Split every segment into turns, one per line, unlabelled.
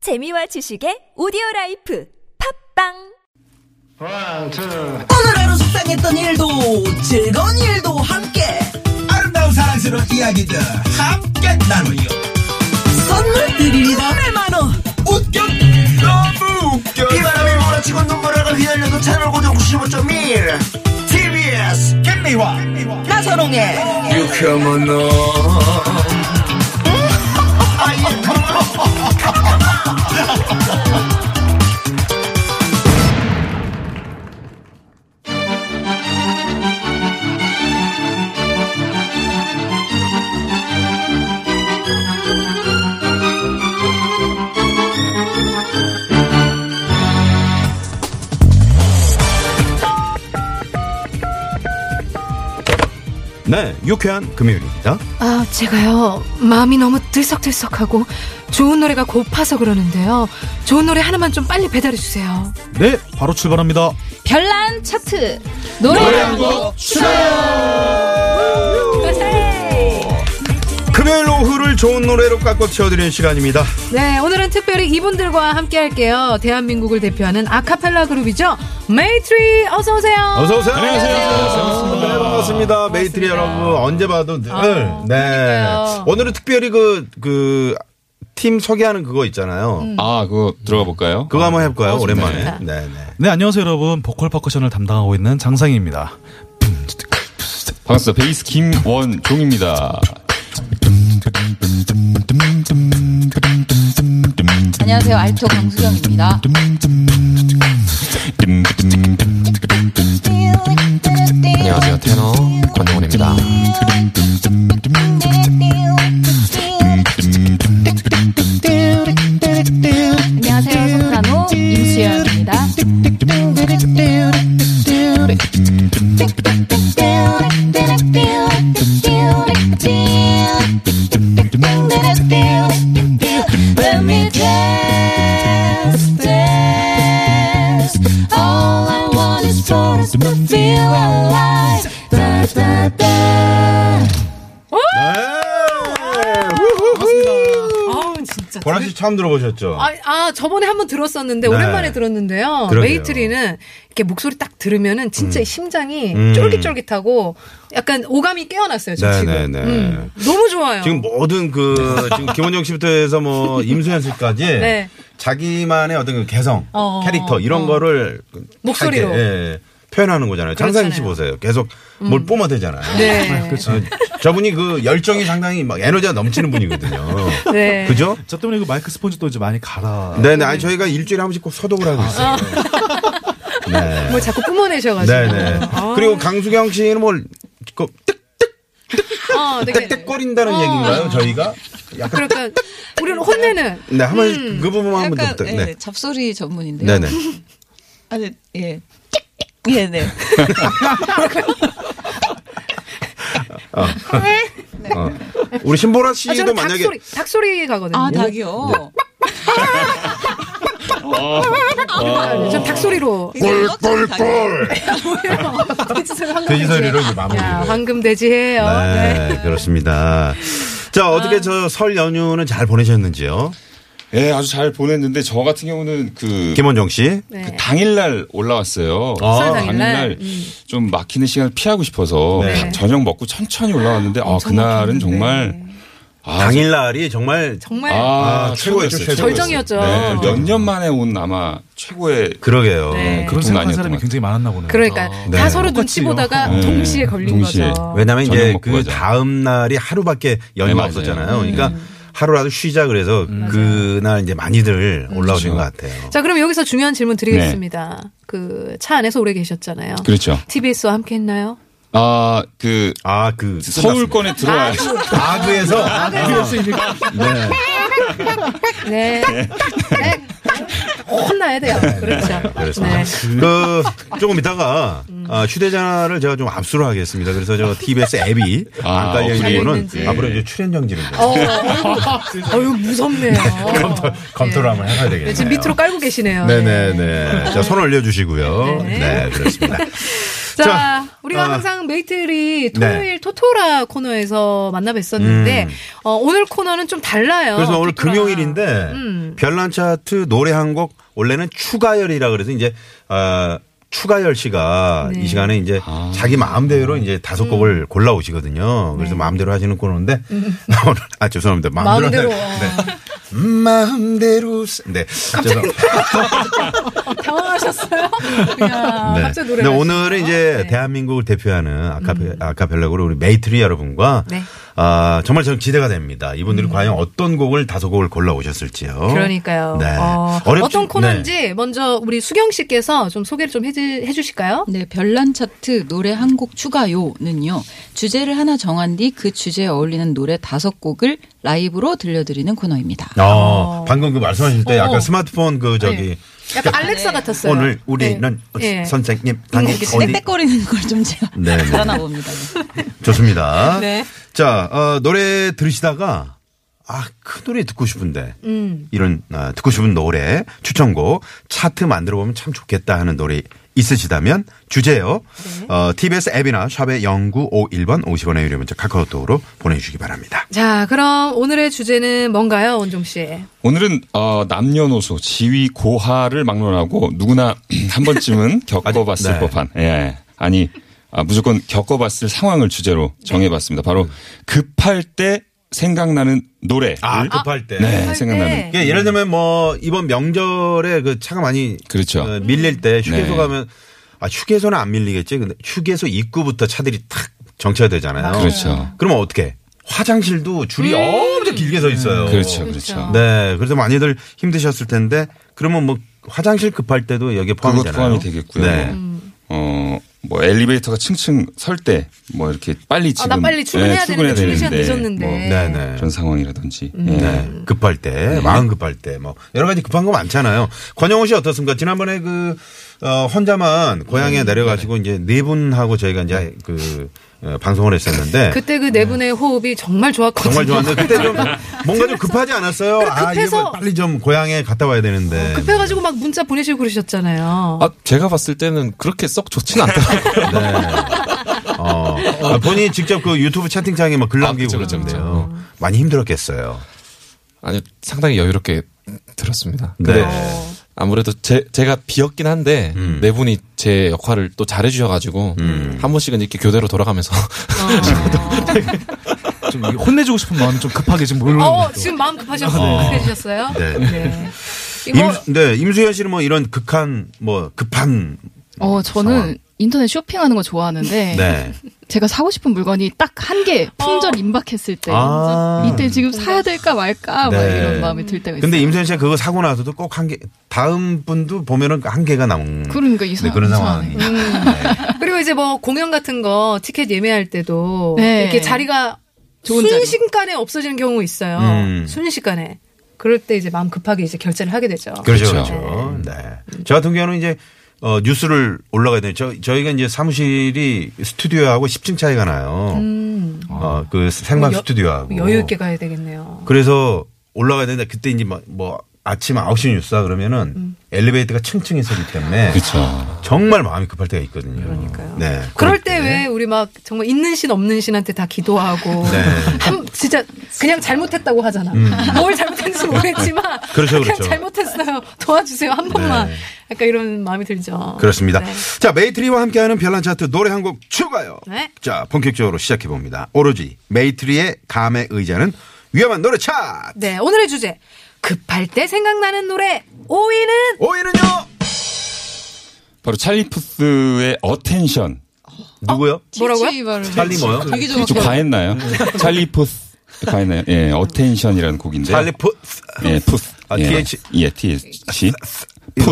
재미와 지식의 오디오 라이프 팝빵
One, two.
오늘 하루 속상했던 일도 즐거운 일도 함께
아름다운 사랑스러운 이야기들 함께 나누요.
선물 드립니다 8만원
웃겨 너무 웃겨.
바람이 몰아치고 눈보라가 휘날려도 채널 고정 95.1 TBS
김미화
나선홍의
유쾌한 너.
네, 유쾌한 금요일입니다.
아, 제가요. 마음이 너무 들썩들썩하고 좋은 노래가 고파서 그러는데요. 좋은 노래 하나만 좀 빨리 배달해 주세요.
네, 바로 출발합니다.
별난 차트 노래 한곡
금요일 오후를 좋은 노래로 깎고 채워드리는 시간입니다.
네, 오늘은 특별히 이분들과 함께 할게요. 대한민국을 대표하는 아카펠라 그룹이죠. 메이트리 어서 오세요.
어서 오세요. 안녕하세요. 반갑습니다. 네, 반갑습니다. 메이트리 여러분 언제 봐도 늘.
아,
네.
그러니까요.
오늘은 특별히 그 그. 팀 소개하는 그거 있잖아요.
음.
아, 그거 들어가 볼까요?
그거 한번 해볼까요? 오랜만에. 네, 네.
네, 안녕하세요, 여러분. 보컬 퍼커션을 담당하고 있는 장상희입니다.
반갑습니다. 베이스 김원종입니다.
안녕하세요. 알토 강수경입니다.
안녕하세요. 테너 권동훈입니다.
음.
안녕하세요. 소프라노 임수연입니다.
아우, 진짜.
보라 씨 처음 들어보셨죠?
아, 아, 저번에 한번 들었었는데
네.
오랜만에 들었는데요.
그러게요.
메이트리는 이렇게 목소리 딱 들으면은 진짜 심장이
음.
쫄깃쫄깃하고 약간 오감이 깨어났어요. 저
네,
지금
네, 네.
음, 너무 좋아요.
지금 뭐 모든 그 지금 김원영 씨부터 해서 뭐 임수현 씨까지
네.
자기만의 어떤 그 개성,
어,
캐릭터 이런
어.
거를
목소리로.
하게, 예, 표현하는 거잖아요. 장상희 씨 보세요. 계속 뭘 뿜어대잖아요.
음. 네.
어, 저분이 그 열정이 상당히 막 에너지가 넘치는 분이거든요.
네.
그죠?
저 때문에 그 마이크 스폰지도 이제 많이 갈아.
네네. 아니 저희가 일주일에 한 번씩 꼭 소독을 하고
아.
있어요. 네.
뭐 자꾸 뿜어내셔가지고.
네네.
아. 네.
그리고 강수경 씨는 뭘 그,
어, 되게.
뜩뜩거린다는 얘기인가요? 저희가 약간
그러니까 우리는 혼내는.
네, 한 번씩
음.
그 부분만 한 번 더
약간
부탁.
예,
네.
잡소리 전문인데요.
네네.
아, 네, 예. 예, 네.
어. 우리 신보라
아,
씨도
저는
만약에
닭소리, 닭소리 가거든요.
네.
아, 닭이요.
아, 전 닭소리로.
네.
꿀꿀꿀 돼지 소리로 이제 마무리.
네. 야, 황금 돼지예요.
네, 그렇습니다. 자
아.
어떻게 저 설 연휴는 잘 보내셨는지요?
예, 아주 잘 보냈는데 저 같은 경우는 그,
김원정 씨.
네.
그 당일날 올라왔어요.
아,
설 당일날? 음.
당일날 좀 막히는 시간을 피하고 싶어서
네.
밥 저녁 먹고 천천히 올라왔는데 아, 그날은 정말
네.
아,
당일날이 정말
정말
아,
아,
최고였어요.
최고였죠,
최고였어요.
절정이었죠.
네, 몇년 만에 온 아마 최고의
그러게요.
네.
그런
보통
생각하는
아니었던
사람이
것
굉장히 많았나 보네요.
그러니까
네. 음,
다 서로
똑같이
눈치 보다가
네.
동시에 걸린
동시에.
거죠.
왜냐하면
저녁
이제
먹고
그
가자.
다음 날이 하루밖에 연휴가
네, 맞아요. 음.
없었잖아요. 그러니까
음.
하루라도 쉬자 그래서 그날 이제 많이들
음.
올라오신
그렇죠.
것 같아요.
자, 그럼 여기서 중요한 질문 드리겠습니다.
네.
그 차 안에서 오래 계셨잖아요.
그렇죠.
TBS와 함께 했나요?
아, 그
아, 그
서울권에 들어와야
아그에서 네.
네. 네. 혼나야 돼요. 그렇죠.
네. 그렇습니다. 그 조금 이따가 아, 휴대전화를 제가 좀 압수를 하겠습니다. 그래서 저 TBS 앱이
아,
안 깔려
없어요.
있는 거는
있는지.
앞으로 이제 출연 정지를 좀
어, 어이구, 어이구, 무섭네요.
검토를 한번 해봐야
네,
되겠네요.
지금 밑으로 깔고 계시네요.
네, 네네네. 자, 손 올려주시고요. 네, 그렇습니다.
자,
자,
우리가
아. 네.
항상 메이트리 토요일 토토라 코너에서 만나뵀었는데
음.
어, 오늘 코너는 좀 달라요.
그래서 오늘
토토라랑.
금요일인데
음.
별난 차트 노래 한 곡 원래는 추가열이라 그래서 이제 아, 추가열 씨가
네.
이 시간에 이제 자기 마음대로 이제 다섯 곡을 골라오시거든요.
네.
그래서 마음대로 하시는 코너인데 오늘 아 죄송합니다. 마음대로
마음대로. 어.
하는- 네. 마음대로 쓰- 네. 죄송합니다.
당황하셨어요? 야,
네.
아, 갑자기 노래. 아, 네.
근데 오늘은 이제 대한민국을 대표하는 아카페, 아카펠라그룹 우리 메이트리 여러분과
음. 네. 음.
아, 정말 저는 기대가 됩니다. 이분들이 과연 어떤 곡을 다섯 곡을 골라 오셨을지요.
그러니까요.
네.
어,
어렵지-
떤 코너인지
네.
먼저 우리 수경 씨께서 좀 소개를 좀 해주, 해주실까요?
네, 별난 차트 노래 한 곡 추가요는요. 주제를 하나 정한 뒤 그 주제에 어울리는 노래 다섯 곡을 라이브로 들려드리는 코너입니다.
어, 방금 그 말씀하실 때
어. 네.
약간 스마트폰 그 저기
약간 알렉사 같았어요.
네. 오늘 우리는
네.
어, 선생님 당신
이렇게
어디
빽빽거리는 걸 좀 제가
네, 네.
달아나 봅니다.
좋습니다.
네.
자 어, 노래 들으시다가 아 그 노래 듣고 싶은데 이런 아, 듣고 싶은 노래 추천곡 차트 만들어 보면 참 좋겠다 하는 노래 있으시다면 주제요. 어, TBS 앱이나 샵의 0951번 50원의 유료 문자 카카오톡으로 보내주시기 바랍니다.
자, 그럼 오늘의 주제는 뭔가요, 원종 씨?
네,
오늘은 어, 남녀노소 지위 고하를 막론하고 누구나 한 번쯤은 겪어봤을
네.
법한 예 아니 아, 무조건 겪어봤을 상황을 주제로
네.
정해봤습니다. 바로 급할 때 생각나는 노래.
아 급할 때.
네
할
생각나는
때.
예, 예를 들면 뭐 이번 명절에 그 차가 많이
그렇죠.
어, 밀릴 때 휴게소
네.
가면 아 휴게소는 안 밀리겠지. 근데 휴게소 입구부터 차들이 탁 정체가 되잖아요. 음.
그렇죠.
그러면 어떻게? 화장실도 줄이 엄청 길게 서 있어요.
그렇죠 그렇죠.
네, 그래서 많이들 힘드셨을 텐데 그러면 뭐 화장실 급할 때도 여기에
그것
포함이잖아요.
포함이 되겠고요.
네.
어, 뭐 엘리베이터가 층층 설 때, 뭐 이렇게 빨리
아,
지금 네,
나 빨리 출근해야 되는데 출근 시간 늦었는데.
네, 네.
뭐 그런 상황이라든지. 예.
네. 급할 때, 마음 급할 때, 뭐, 여러 가지 급한 거 많잖아요. 권영호 씨 어떻습니까? 지난번에 그, 어, 혼자만 고향에 내려가시고 이제 네 분하고 저희가 이제 그, 어, 방송을 했었는데.
그때 그 네 분의 호흡이 정말 좋았거든요.
정말 좋았는데 그때 좀 뭔가 좀 급하지 않았어요? 아, 이거
급해서-
빨리 좀 고향에 갔다 와야 되는데.
급해가지고 막 문자 보내시고 그러셨잖아요.
아, 제가 봤을 때는 그렇게 썩 좋진 않더라고요.
어. 아, 본인이 직접 그 유튜브 채팅창에 막 글
아,
남기고
그쵸, 그쵸,
그러는데요. 많이 힘들었겠어요.
아니, 상당히 여유롭게 들었습니다.
음.
네.
아무래도 제, 제가 비었긴 한데,
음.
네 분이 제 역할을 또 잘해주셔가지고,
음.
한 번씩은 이렇게 교대로 돌아가면서.
그렇죠.
어,
아,
좀 혼내주고 싶은 마음이 좀 급하게 지금 몰려.
어, 지금 마음 급하셨어요. 급해지셨어요?
아, 네.
네. 이거
임, 네, 임수현 씨는 뭐 이런 극한, 뭐 급한.
어, 저는
상황.
인터넷 쇼핑하는 거 좋아하는데
네.
제가 사고 싶은 물건이 딱 한 개 품절 임박했을 때
아.
이때 지금 사야 될까 말까 막
네.
이런 마음이 들 때가 있어요.
근데 임수현 씨가 그거 사고 나서도 꼭 한 개, 다음 분도 보면은 그 한 개가 남은.
그러니까 이상-
네, 그런
이상하네.
상황이.
그리고 이제 뭐 공연 같은 거 티켓 예매할 때도
네.
이렇게 자리가
좋은 자리.
순식간에 없어지는 경우 있어요.
음.
순식간에. 그럴 때 이제 마음 급하게 이제 결제를 하게 되죠.
그렇죠.
그렇죠.
그렇죠. 네. 저 같은 경우는 이제 어, 뉴스를 올라가야 되는 저 저희가 이제 사무실이 스튜디오하고 10층 차이가 나요. 어, 그 생방
여-
스튜디오하고.
뭐 여유 있게 가야 되겠네요.
그래서 올라가야 되는데 그때 이제 막 뭐 아침 9시 뉴스다 그러면은 엘리베이터가 층층이 서기 때문에
그렇죠.
정말 마음이 급할 때가 있거든요. 그러니까요. 네.
그럴 때 왜 우리 막 정말 있는 신 없는 신한테 다 기도하고
네. 음.
한 진짜 그냥 잘못했다고 하잖아. 뭘 잘못했는지 모르겠지만
그렇죠,
그냥
그렇죠.
잘못했어요. 도와주세요 한 번만.
네.
약간 이런 마음이 들죠.
어, 그렇습니다.
네.
자, 메이트리와 함께하는 별난 차트 노래 한 곡 추가요.
네.
자, 본격적으로 시작해 봅니다. 오로지 메이트리의 감에 의자는 위험한 노래 차트.
네, 오늘의 주제 급할 때 생각나는 노래 5위는
오이는요
바로 찰리 푸스의 어텐션.
누구요?
뭐라고요?
찰리 뭐요?
좀 과했나요? 찰리 푸스. 과했나요? 예, 어텐션이라는 곡인데.
찰리 푸스.
예, 푸스.
아,
예,
TH.
예, TH.
이거.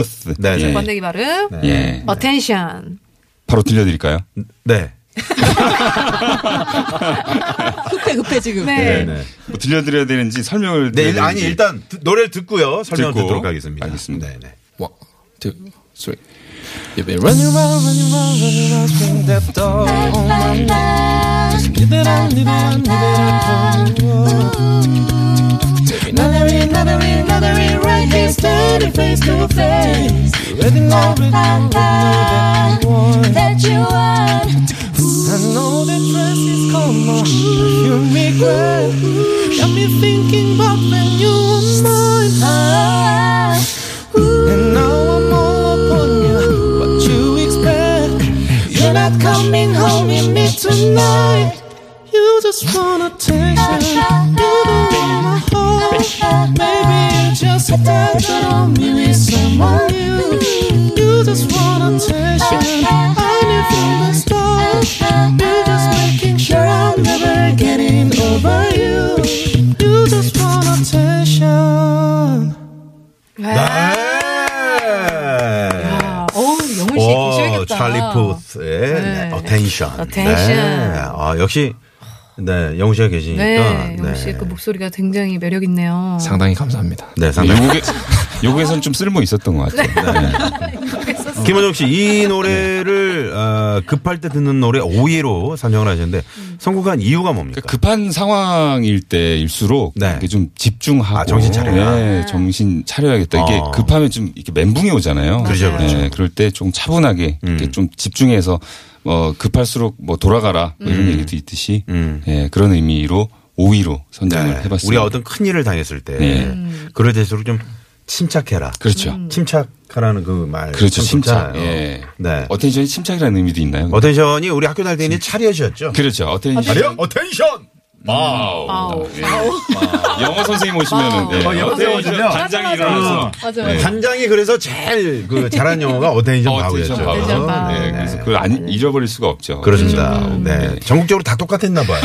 푸스.
네, 네.
예.
번데기 발음.
예.
어텐션.
바로 들려드릴까요?
네.
급해 급해 지금.
네.
네.
뭐 들려드려야 되는지 설명을.
네, 일-
드려야
아니
되는지.
일단 드- 노래를 듣고요. 설명
듣고.
듣도록 하겠습니다.
알겠습니다.
네, 네.
One, two, three. You've been running around, running around, running around from that door. Oh my gosh. Give it up, leave it up, leave it up. Another, another, another, right here, stay.
city face to face. La, la, la, That you want.
I know the dress is common, you regret. Got me thinking about when you were mine. And now I'm all upon you. What you expect? You're not coming home with me tonight. You just wanna take me. You don't wanna hold. Maybe you just got on me with someone new. You just wanna take me. I knew from the start. You're just making sure I'm never getting over you. You just want attention.
아, 어우, 영훈 씨
네. 오,
계셔야겠다.
찰리 푸스의 네.
네.
어텐션.
Attention.
네. 아, 역시 네, 영우 씨가 계시니까
네, 영훈 씨그 목소리가 굉장히 매력 있네요.
상당히 감사합니다.
네, 상당히
요게, 요게선 좀 쓸모 있었던 것 같아요.
네.
예.
어. 김원정 씨, 이 노래를 어, 급할 때 듣는 노래 5위로 선정을 하셨는데 선곡한 이유가 뭡니까?
그러니까 급한 상황일 때일수록 이렇게 좀 집중하고
네. 아, 정신 차려라.
네, 정신 차려야겠다. 이게
어.
급하면 좀 이렇게 멘붕이 오잖아요. 네,
그렇죠, 맞아요. 그렇죠. 음.
그럴 때 좀 차분하게 이렇게 좀 집중해서 뭐 급할수록 뭐 돌아가라 뭐 이런
음.
얘기도 있듯이 예, 그런 의미로 5위로 선정을
네.
해봤습니다.
우리가 어떤 큰 일을 당했을 때
네.
그럴 때일수록 좀 침착해라.
그렇죠. 음.
침착하라는 그 말.
그렇죠,
참
침착.
좋잖아요.
예.
네.
어텐션이 침착이라는 의미도 있나요?
어텐션이 우리 학교 다닐 때는 차례였죠.
그렇죠. 어텐션.
차려? 어텐션.
와우.
아우. 네.
예. 영어 선생님 오시면은 예.
어, 영어 선생님 오시면 맞아,
반장이
맞아.
일어나서
맞아.
네.
단장이 그래서 제일 그 잘한 영어가 어텐션 바우였죠.
바우.
네.
네, 그래서 그걸 안 잊어버릴 수가 없죠.
그렇습니다. 네. 전국적으로 다 똑같았나 봐요.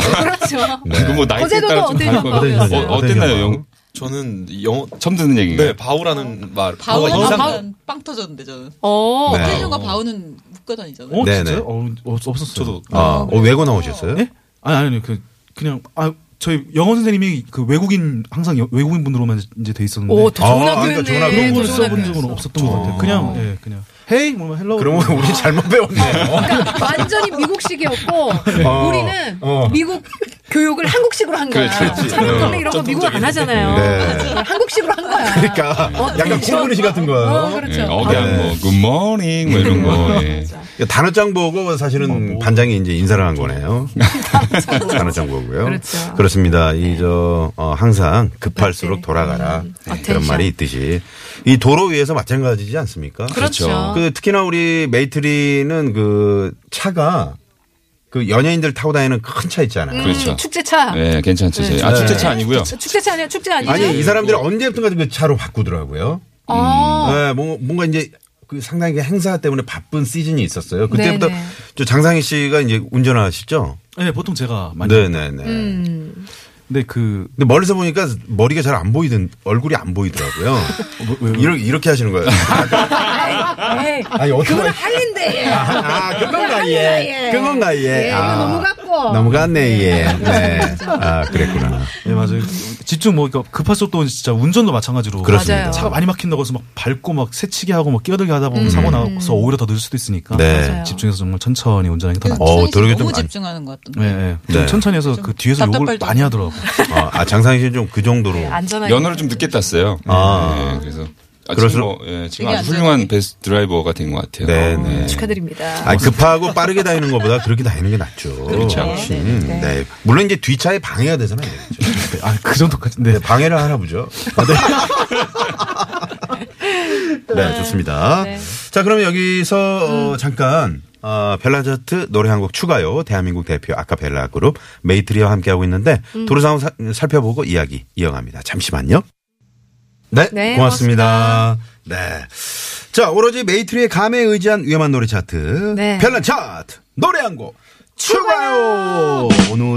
그렇죠.
네.
그뭐 나이트에
어제도
따라 좀
어텐션
다른 거
바우였어요.
같아요. 어, 어땠나요, 영?
저는 영어
처음 듣는 얘기인가요?
네 바우라는 말
아, 뭐,
바우는
어,
아,
바우가 이상-
바우는 빵 터졌는데 저는.
어.
네.
태준과 바우는 묶어다니잖아요.
어
네네.
진짜요? 어, 어, 없었어요. 저도
아, 어, 외고 나오셨어요?
예? 아니 아니 그 그냥 아 저희 영어 선생님이 그 외국인 항상 여- 외국인 분으로만 이제 돼 있었는데
오, 더 좋은
아,
학교였네.
그러니까 좋은 학교.
그런
더
걸
좋은
써본
학교였어.
적은 없었던 것 같아요. 그냥 예 그냥 헤이 뭐 헬로
그러면 우리 잘못 배웠네요.
그러니까 완전히 미국식이었고
어.
우리는
어.
미국 교육을 한국식으로 한 거야.
그렇지, 그렇지.
찰떡 네. 이런 거 미국 안 하잖아요.
네.
한국식으로 한 거야.
그러니까 약간
그렇죠.
콩그릇이 같은 거예요.
어, 그렇죠.
예, 억양
네.
뭐 굿모닝 뭐 이런 거. 예.
그러니까 단어장 보고 사실은
뭐.
반장이 이제 인사를 한 거네요. 단어장 보고요.
그렇죠. 네.
습니다 이 저 어, 항상 급할수록 돌아가라 네, 그런
음, 어텐션.
말이 있듯이 이 도로 위에서 마찬가지지 않습니까?
그렇죠.
그 특히나 우리 메이트리는 그 차가 그 연예인들 타고 다니는 큰 차 있잖아요.
음,
그렇죠.
축제차.
예, 괜찮죠.
네.
저희. 아,
네.
축제차 아니고요.
축제차 아니야? 축제 네. 아니야?
아니 이 사람들이 언제부턴가 그 차로 바꾸더라고요.
아,
네, 뭐, 뭔가 이제 그 상당히 그 행사 때문에 바쁜 시즌이 있었어요. 그때부터
네네.
저 장상희 씨가 이제 운전하시죠?
네 보통 제가 많이
네네네.
음.
근데 그
근데 멀리서 보니까 머리가 잘 안 보이던 얼굴이 안 보이더라고요.
어, 왜, 왜?
이렇게, 이렇게 하시는 거예요.
에이,
아니 어떻게
네. 그건
말-
할린데.
아, 아, 그건가 예. 그건가 예.
예,
아,
이거 너무 갔고.
너무 갔네 예. 네. 아 그랬구나.
예 맞아요. 집중 뭐 그러니까 급할수록 또 진짜 운전도 마찬가지로
음. 그렇습니다.
맞아요.
차가 많이 막힌다고 해서 막 밟고 막 새치기 하고 막 끼어들게 하다 보면 사고 나서 오히려 더 늘 수도 있으니까
네.
음. 맞아요. 음.
집중해서 정말 천천히 운전하는 게더
그
낫죠.
어,
주선이 씨
도로에
너무
좀 안-
집중하는 것 같던데.
예, 예. 좀
네.
천천히 해서 그 뒤에서 욕을
답답할
많이 하더라고.
어, 아 장상희 씨는 좀 그 정도로.
안전하게.
연어를 좀 늦게 땄어요.
아.
예, 그래서 아,
그래서-
지금, 뭐, 예, 지금
되게
아주 훌륭한 베스트 드라이버가 된 것 같아요.
네,
네.
축하드립니다.
아 급하고 빠르게 다니는 것보다 그렇게 다니는 게 낫죠.
그렇죠.
음, 네. 물론 이제 뒷차에 방해가 되잖아요. 그렇죠.
아, 그 정도까지. 네.
네, 방해를 하나 보죠. 아, 네. 네, 좋습니다. 자, 그럼 여기서 어, 잠깐 어, 벨라자트 노래 한 곡 추가요. 대한민국 대표 아카펠라 그룹 메이트리와 함께하고 있는데 도로 상황 사- 살펴보고 이야기 이어갑니다. 잠시만요. 네,
네,
고맙습니다. 네. 자, 오로지 메이트리의 감에 의지한 위험한 노래 차트.
네.
별난 차트. 노래 한 곡. 추가요! 오늘은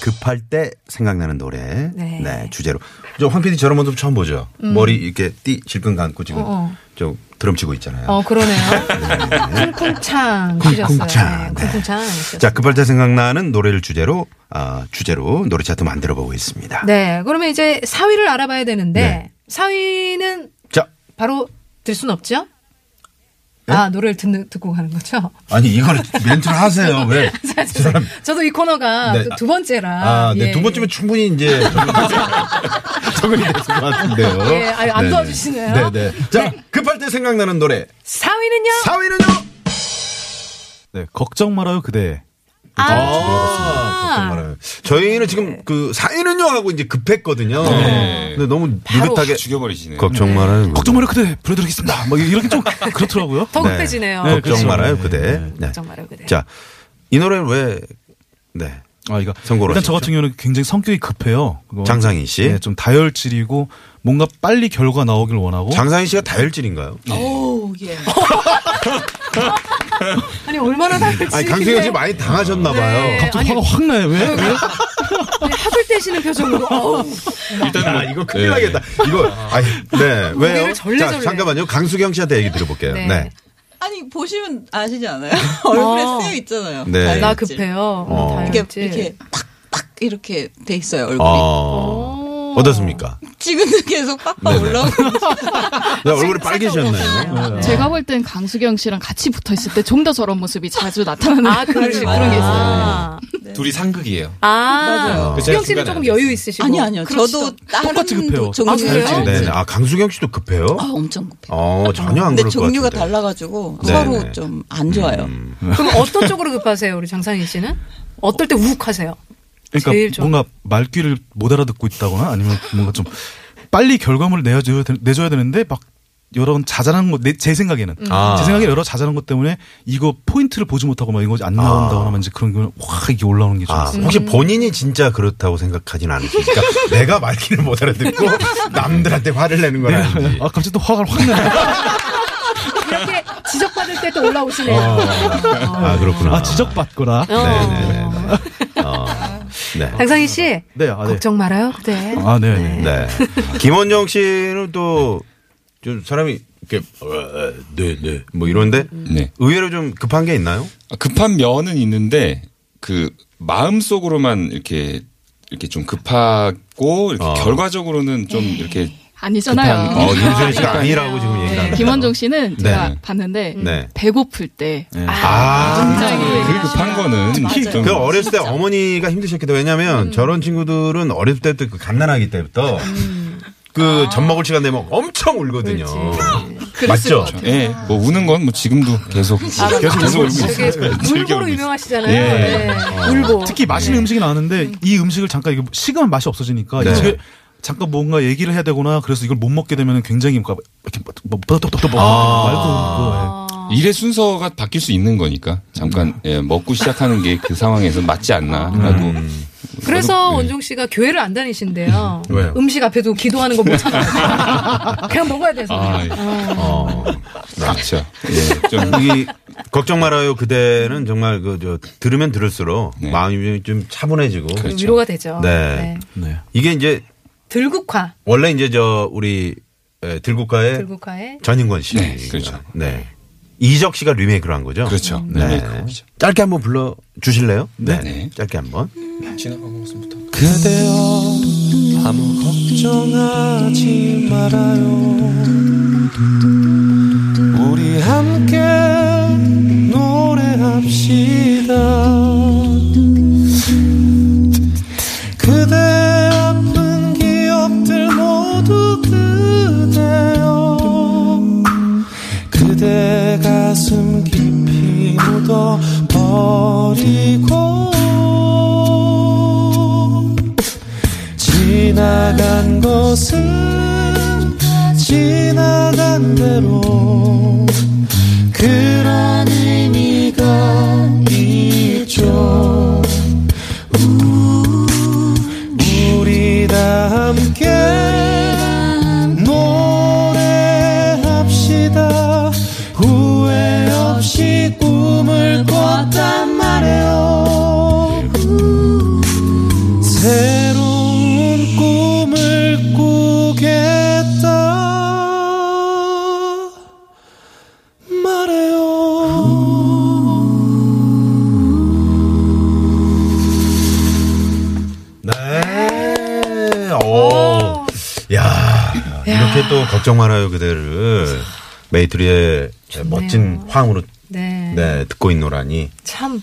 급할 때 생각나는 노래.
네.
네. 주제로. 저 황 PD 저런 모습 처음 보죠? 머리 이렇게 띠 질끈 감고 지금
어.
저 드럼 치고 있잖아요.
어, 그러네요. 쿵쿵창 쉬셨어요.
쿵쿵창.
네,
네.
쿵쿵창.
자,
쉬셨어요.
급할 때 생각나는 노래를 주제로, 아, 주제로 노래 차트 만들어 보고 있습니다.
네, 그러면 이제 4위를 알아봐야 되는데
네.
4위는
자,
바로 들 순 없죠?
네?
아 노래를 듣는, 듣고 가는 거죠?
아니 이걸 멘트를 하세요 왜? 저 사람
저도 이 코너가
네.
또 두 번째라.
아, 네.
예.
두 번쯤에 충분히 이제 적응이 됐을 것 같은데요.
예, 아유, 안
네네.
도와주시네요.
네네. 자, 급할 때 생각나는 노래.
4위는요?
4위는요?
네, 걱정 말아요 그대.
아, 네, 정말. 저희는
네.
지금 그 4위는요 하고 이제 급했거든요.
네.
근데 너무
바로
느긋하게
죽여버리시네요.
걱정 말아요.
걱정 말아요 그대 불러드리겠습니다. 막 이렇게 좀 그렇더라고요.
더 급해지네요.
걱정
그렇죠.
말아요
네,
그대.
네.
네.
걱정 말아요 그대.
자, 이 노래는 왜 네.
아, 이거
선고를
일단 저
하셨죠?
같은 경우는 굉장히 성격이 급해요. 그거
장상희 씨.
네, 좀 다혈질이고 뭔가 빨리 결과 나오길
어?
원하고.
장상희 씨가 다혈질인가요?
오 예. 아니 얼마나 다를지.
아니, 강승현 씨 많이 당하셨나
네.
봐요.
갑자기 화가 확 나요. 왜? 왜?
하글 떼시는 표정으로. 어우.
일단 아, 이거 큰일 나겠다. 이거 아니, 네. 왜요?
고개를 절레절레.
자, 잠깐만요. 강수경 씨한테 얘기 들어볼게요.
네.
네.
아니 보시면 아시지 않아요? 그 얼굴에
어.
쓰여 있잖아요.
네.
다혈질.
나
급해요.
어.
이렇게 이렇게 팍팍 이렇게 돼 있어요 얼굴이.
아. 어. 어떻습니까?
지금도 계속 빡빡
네네.
올라오고.
나 네, 얼굴이 빨개지셨나요? 네.
제가 볼 땐 강수경 씨랑 같이 붙어 있을 때 좀 더 저런 모습이 자주 나타나는
아, 그런 식- 그런 게 있어요.
둘이 상극이에요.
아,
맞아요.
수경 씨는
제가 중간에
조금 여유 있으시고.
아니 아니요. 저도
뭐 그렇지도-
다른
급해요.
종류의
다혈질이- 네, 네. 아, 강수경 씨도 급해요?
아, 엄청 급해요.
어, 전혀 안
근데
그럴 것
종류가
같은데.
달라가지고
네, 음.
서로
네.
좀 안 좋아요.
그럼 어떤 쪽으로 급하세요, 우리 장상희 씨는? 어떨 때 우욱하세요? 제일
그러니까
좀.
뭔가 말귀를 못 알아듣고 있다거나 아니면 뭔가 좀 빨리 결과물을 내줘야, 되- 내줘야 되는데 막 여러 자잘한 것, 내, 제 생각에는.
음. 아.
제 생각에 여러 자잘한 것 때문에 이거 포인트를 보지 못하고 막 이거 안 나온다거나 막 이제 그런 거는 확 이게 올라오는 게 좀.
아,
있어요.
혹시 본인이 진짜 그렇다고 생각하진 않으십니까? 내가 말귀를 못 알아듣고 남들한테 화를 내는 건 아닌지.
아, 갑자기 또 화가 확 나요.
이렇게 지적받을 때 또 올라오시네요.
아, 그렇구나.
아, 지적받거나.
네네네. 어. 네.
장상희 씨.
네, 아, 네.
걱정 말아요, 그대.
아, 네, 네.
네. 김원정 씨는 또 좀 사람이 이렇게 어, 어, 네, 네. 뭐 이런데 의외로 좀 급한 게 있나요?
아, 급한 면은 있는데 그 마음 속으로만 이렇게 이렇게 좀 급하고 이렇게 결과적으로는 좀 이렇게
아니잖아요.
급한- 어,
윤수현 씨가
아,
아니라고 지금 얘기하는 거
네. 김원종 씨는
네.
제가 봤는데
네.
배고플 때
아,
굉장히
그 급한 거는
특히
좀-
그 어렸을 때 어머니가 힘드셨겠다.
음.
왜냐하면 저런 친구들은 어렸을 때부터 그 갓난아기 때부터
음.
그
아.
젖 먹을 시간 되면 엄청 울거든요. 맞죠?
예, 뭐 우는 건 뭐 지금도 계속 계속 계속 울고
되게
있어요. 즐겨
울보로
울고 있어요.
유명하시잖아요.
예.
네. 울보.
특히 맛있는 음식이 나왔는데 이 음식을 잠깐 이거 식으면 맛이 없어지니까
네.
이게 잠깐 뭔가 얘기를 해야 되거나 그래서 이걸 못 먹게 되면 굉장히 뭔가 이렇게 뭐또또또 먹고 말도
일의 순서가 바뀔 수 있는 거니까 잠깐 예, 먹고 시작하는 게 그 상황에서 맞지 않나라고.
그래서 원종 씨가 교회를 안 다니신대요.
왜요?
음식 앞에도 기도하는 거 못 참아요. 그냥 먹어야 돼서.
아, 예.
어.
그렇죠.
예, 좀 이 걱정 말아요 그대는 정말 그 저 들으면 들을수록
네.
마음이 좀 차분해지고
좀
그렇죠.
위로가 되죠.
네.
네.
이게 이제
들국화.
원래 이제 저 우리 에, 들국화의
들국화의
전인권 씨. 네, 그렇죠. 네. 이적 씨가 리메이크를 한 거죠?
그렇죠.
네. 짧게 한번 불러 주실래요? 네. 짧게 한번.
지나가는 모습부터.
그대여 아무 걱정하지 말아요 우리 함께 노래합시다 그대 아픈 기억들 모두 그대여 그대 가슴 깊이 묻어 버리고 지나간 것은 지나간 대로 그런 의미가 있죠 우- 우리 다 함께 노래합시다 후회 없이 꿈을 꿨단 말이에요 새로운 꿈을 꾸겠다 말해요
네. 오. 야, 이렇게 또 걱정 말아요 그대를 메이트리의 멋진 화음으로
네.
네, 듣고 있노라니.
참.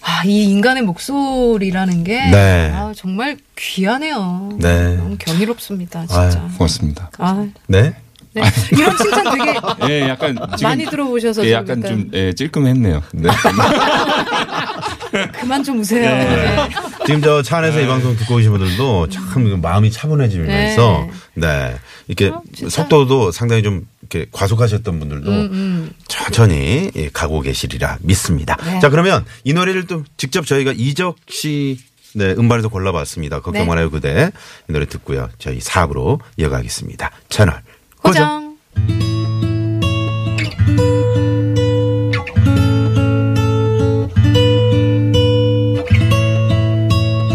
아, 이 인간의 목소리라는 게
네.
아, 정말 귀하네요.
네.
너무 경이롭습니다, 진짜.
아유,
고맙습니다.
아,
네?
네. 이런 칭찬 되게
예, 약간 지금
많이 들어보셔서
예,
좀
약간
약간
좀 예, 찔끔했네요. 네.
그만 좀 우세요.
네.
네.
지금 저 차 안에서 이 방송 듣고 오신 분들도 참 마음이 차분해지면서 네, 이렇게 속도도 상당히 좀 이렇게 과속하셨던 분들도
아, 음,
천천히 예, 가고 계시리라 믿습니다.
네.
자 그러면 이 노래를 또 직접 저희가 이적 씨 네, 음반에서 골라봤습니다. 걱정
네.
말아요 그대 이 노래 듣고요. 저희 사업으로 이어가겠습니다. 채널
고정.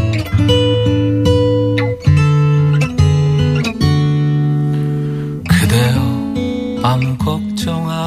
그대여 아무 걱정